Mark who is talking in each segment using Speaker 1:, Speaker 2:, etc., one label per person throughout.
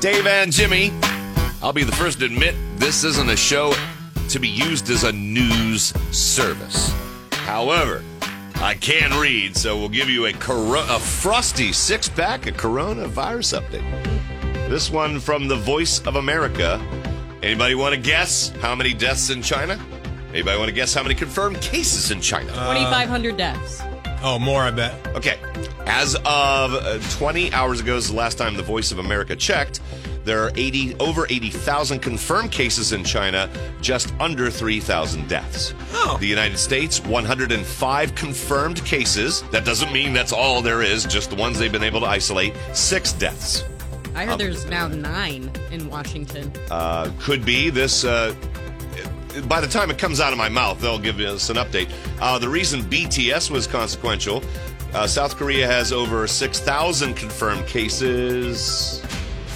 Speaker 1: Dave and Jimmy. I'll be the first to admit this isn't a show to be used as a news service. However, I can read, so we'll give you a, coro- a frosty six pack of coronavirus update. This one from the Voice of America. Anybody want to guess how many deaths in China? Anybody want to guess how many confirmed cases in China?
Speaker 2: 2,500 deaths.
Speaker 3: Oh, more, I bet.
Speaker 1: Okay. As of uh, 20 hours ago is the last time the Voice of America checked. There are 80 over 80,000 confirmed cases in China, just under 3,000 deaths.
Speaker 3: Oh.
Speaker 1: The United States, 105 confirmed cases. That doesn't mean that's all there is, just the ones they've been able to isolate. Six deaths.
Speaker 2: I heard there's now nine in Washington.
Speaker 1: Uh, could be this. Uh, by the time it comes out of my mouth, they'll give us an update. Uh, the reason BTS was consequential uh, South Korea has over 6,000 confirmed cases,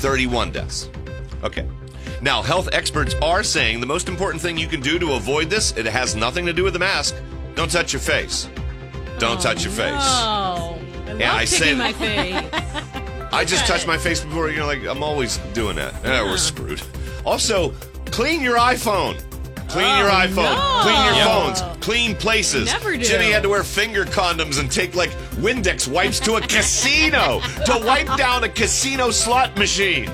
Speaker 1: 31 deaths. Okay. Now, health experts are saying the most important thing you can do to avoid this, it has nothing to do with the mask. Don't touch your face. Don't touch your face.
Speaker 2: Oh, I love
Speaker 1: Yeah, I
Speaker 2: picking
Speaker 1: said-
Speaker 2: my face.
Speaker 1: I just touched my face before. You're like, I'm always doing that. Yeah, we're screwed. Also, clean your iPhone. Clean your iPhone.
Speaker 2: Oh, no.
Speaker 1: Clean your
Speaker 2: Yeah.
Speaker 1: phones. Clean places.
Speaker 2: Never do.
Speaker 1: Jenny had to wear finger condoms and take like Windex wipes to a casino to wipe down a casino slot machine.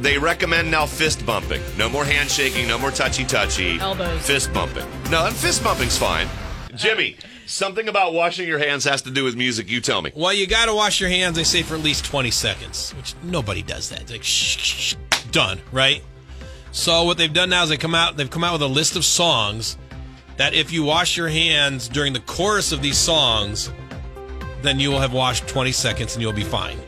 Speaker 1: They recommend now fist bumping. No more handshaking. No more touchy touchy.
Speaker 2: Elbows.
Speaker 1: Fist bumping. No, and fist bumping's fine. Jimmy, something about washing your hands has to do with music. You tell me.
Speaker 3: Well, you got to wash your hands, they say, for at least 20 seconds, which nobody does that. It's like, shh, shh, shh, done, right? So what they've done now is they come out, they've come out with a list of songs that if you wash your hands during the chorus of these songs, then you will have washed 20 seconds and you'll be fine.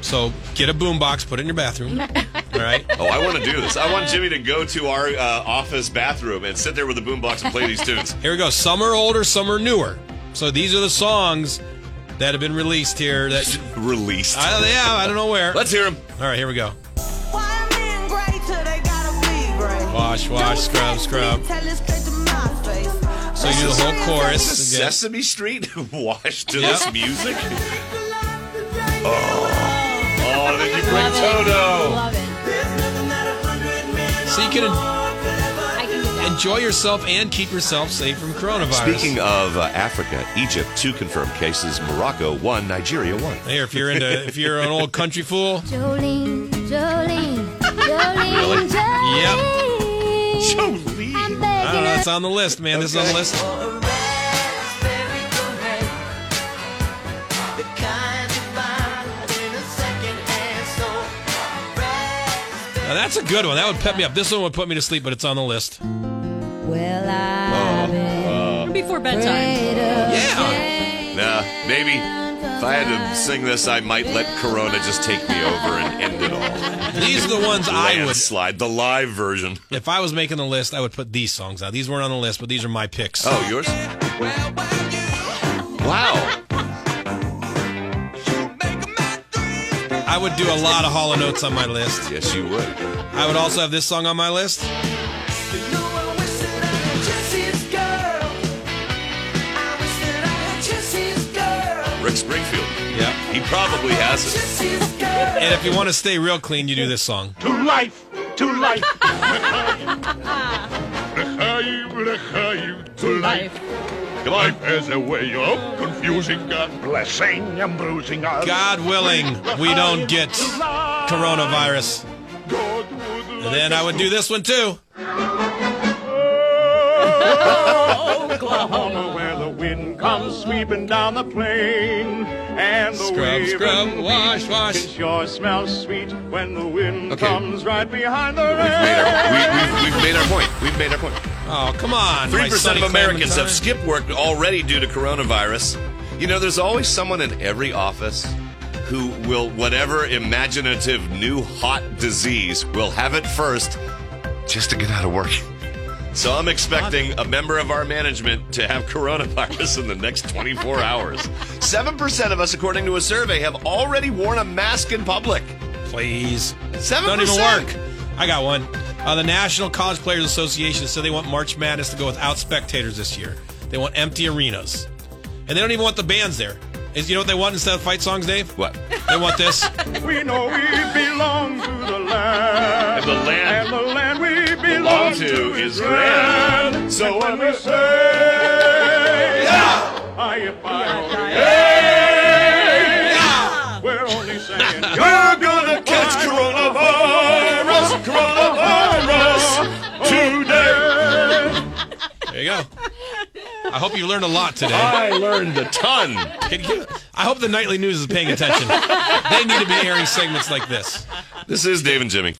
Speaker 3: So get a boombox, put it in your bathroom, all right?
Speaker 1: Oh, I want to do this. I want Jimmy to go to our uh, office bathroom and sit there with a boombox and play these tunes.
Speaker 3: Here we go. Some are older, some are newer. So these are the songs that have been released here. That
Speaker 1: Released.
Speaker 3: I, yeah, I don't know where.
Speaker 1: Let's hear him.
Speaker 3: All right, here we go.
Speaker 4: Why a man gray till they gotta be gray?
Speaker 3: Wash, wash, scrub, scrub.
Speaker 4: Tell it straight to my face.
Speaker 3: So you do the whole chorus.
Speaker 1: Is
Speaker 3: again.
Speaker 1: Sesame Street washed to
Speaker 3: Yep.
Speaker 1: this music. Oh, then you bring Toto.
Speaker 5: Love it.
Speaker 3: So you can en-
Speaker 5: I can do that.
Speaker 3: enjoy yourself and keep yourself safe from coronavirus.
Speaker 1: Speaking of uh, Africa, Egypt, two confirmed cases, Morocco, one, Nigeria, one.
Speaker 3: Here, if you're into, if you're an old country fool,
Speaker 5: Jolene, Jolene, Jolene,
Speaker 1: Really?
Speaker 5: Jolene.
Speaker 3: Yep. Uh,
Speaker 5: I'm
Speaker 1: Jolie.
Speaker 3: I
Speaker 5: begging
Speaker 3: don't know,
Speaker 5: her.
Speaker 3: it's on the list, man. This is on the list. Now, that's a good one. That would pep me up. This one would put me to sleep, but it's on the list.
Speaker 5: Well, I've been
Speaker 1: Oh.
Speaker 2: Before bedtime.
Speaker 5: afraid of
Speaker 3: Yeah.
Speaker 1: Nah, maybe if I had to sing this, I might let Corona just take me over and end it all.
Speaker 3: These are the ones I would.
Speaker 1: Landslide, the live version.
Speaker 3: If I was making the list, I would put these songs out. These weren't on the list, but these are my picks.
Speaker 1: Oh, yours? Wow.
Speaker 3: I would do a lot of Hollow Notes on my list.
Speaker 1: Yes, you would.
Speaker 3: I would also have this song on my list.
Speaker 1: Rick Springfield.
Speaker 3: Yeah.
Speaker 1: He probably has it.
Speaker 3: And if you want to stay real clean, you do this song.
Speaker 6: to life, to life. to life.
Speaker 1: Come on.
Speaker 6: There's a way of confusing God blessing and bruising us.
Speaker 3: God willing, we don't get coronavirus.
Speaker 6: God would
Speaker 3: And then I would do this one too.
Speaker 6: Oklahoma, where the wind comes sweeping
Speaker 7: sweeping down the plain. And the
Speaker 3: Scrub,
Speaker 7: waving
Speaker 3: scrub,
Speaker 7: beach
Speaker 3: wash, wash.
Speaker 7: It sure smells sweet when the wind
Speaker 1: Okay.
Speaker 7: comes right behind the
Speaker 1: We've made
Speaker 7: rain.
Speaker 1: our, we, we've, we've made our point. We've made our point.
Speaker 3: Oh, come on. my
Speaker 1: Three percent
Speaker 3: Sonny
Speaker 1: of Americans
Speaker 3: Clementine.
Speaker 1: have skipped work already due to coronavirus. You know, there's always someone in every office who will, whatever imaginative new hot disease, will have it first, just to get out of work. So I'm expecting a member of our management to have coronavirus in the next 24 hours. 7% of us, according to a survey, have already worn a mask in public.
Speaker 3: Please.
Speaker 1: 7%.
Speaker 3: Don't even work. I got one. Uh, the National College Players Association said they want March Madness to go without spectators this year. They want empty arenas. And they don't even want the bands there. Is you know what they want instead of fight songs, Dave?
Speaker 1: What?
Speaker 3: They want this.
Speaker 7: We know we belong to the
Speaker 1: And
Speaker 7: land.
Speaker 1: the land
Speaker 7: And the land we belong to is land.
Speaker 1: So
Speaker 7: So
Speaker 1: when
Speaker 7: when we say, I if I only yeah, we're only saying, you're gonna
Speaker 1: Catch
Speaker 7: catch
Speaker 1: coronavirus, coronavirus today.
Speaker 3: There you go. I hope you learned a lot today.
Speaker 1: I learned a ton.
Speaker 3: Can you- I hope the nightly news is paying attention. They need to be airing segments like this.
Speaker 1: This is Dave and Jimmy.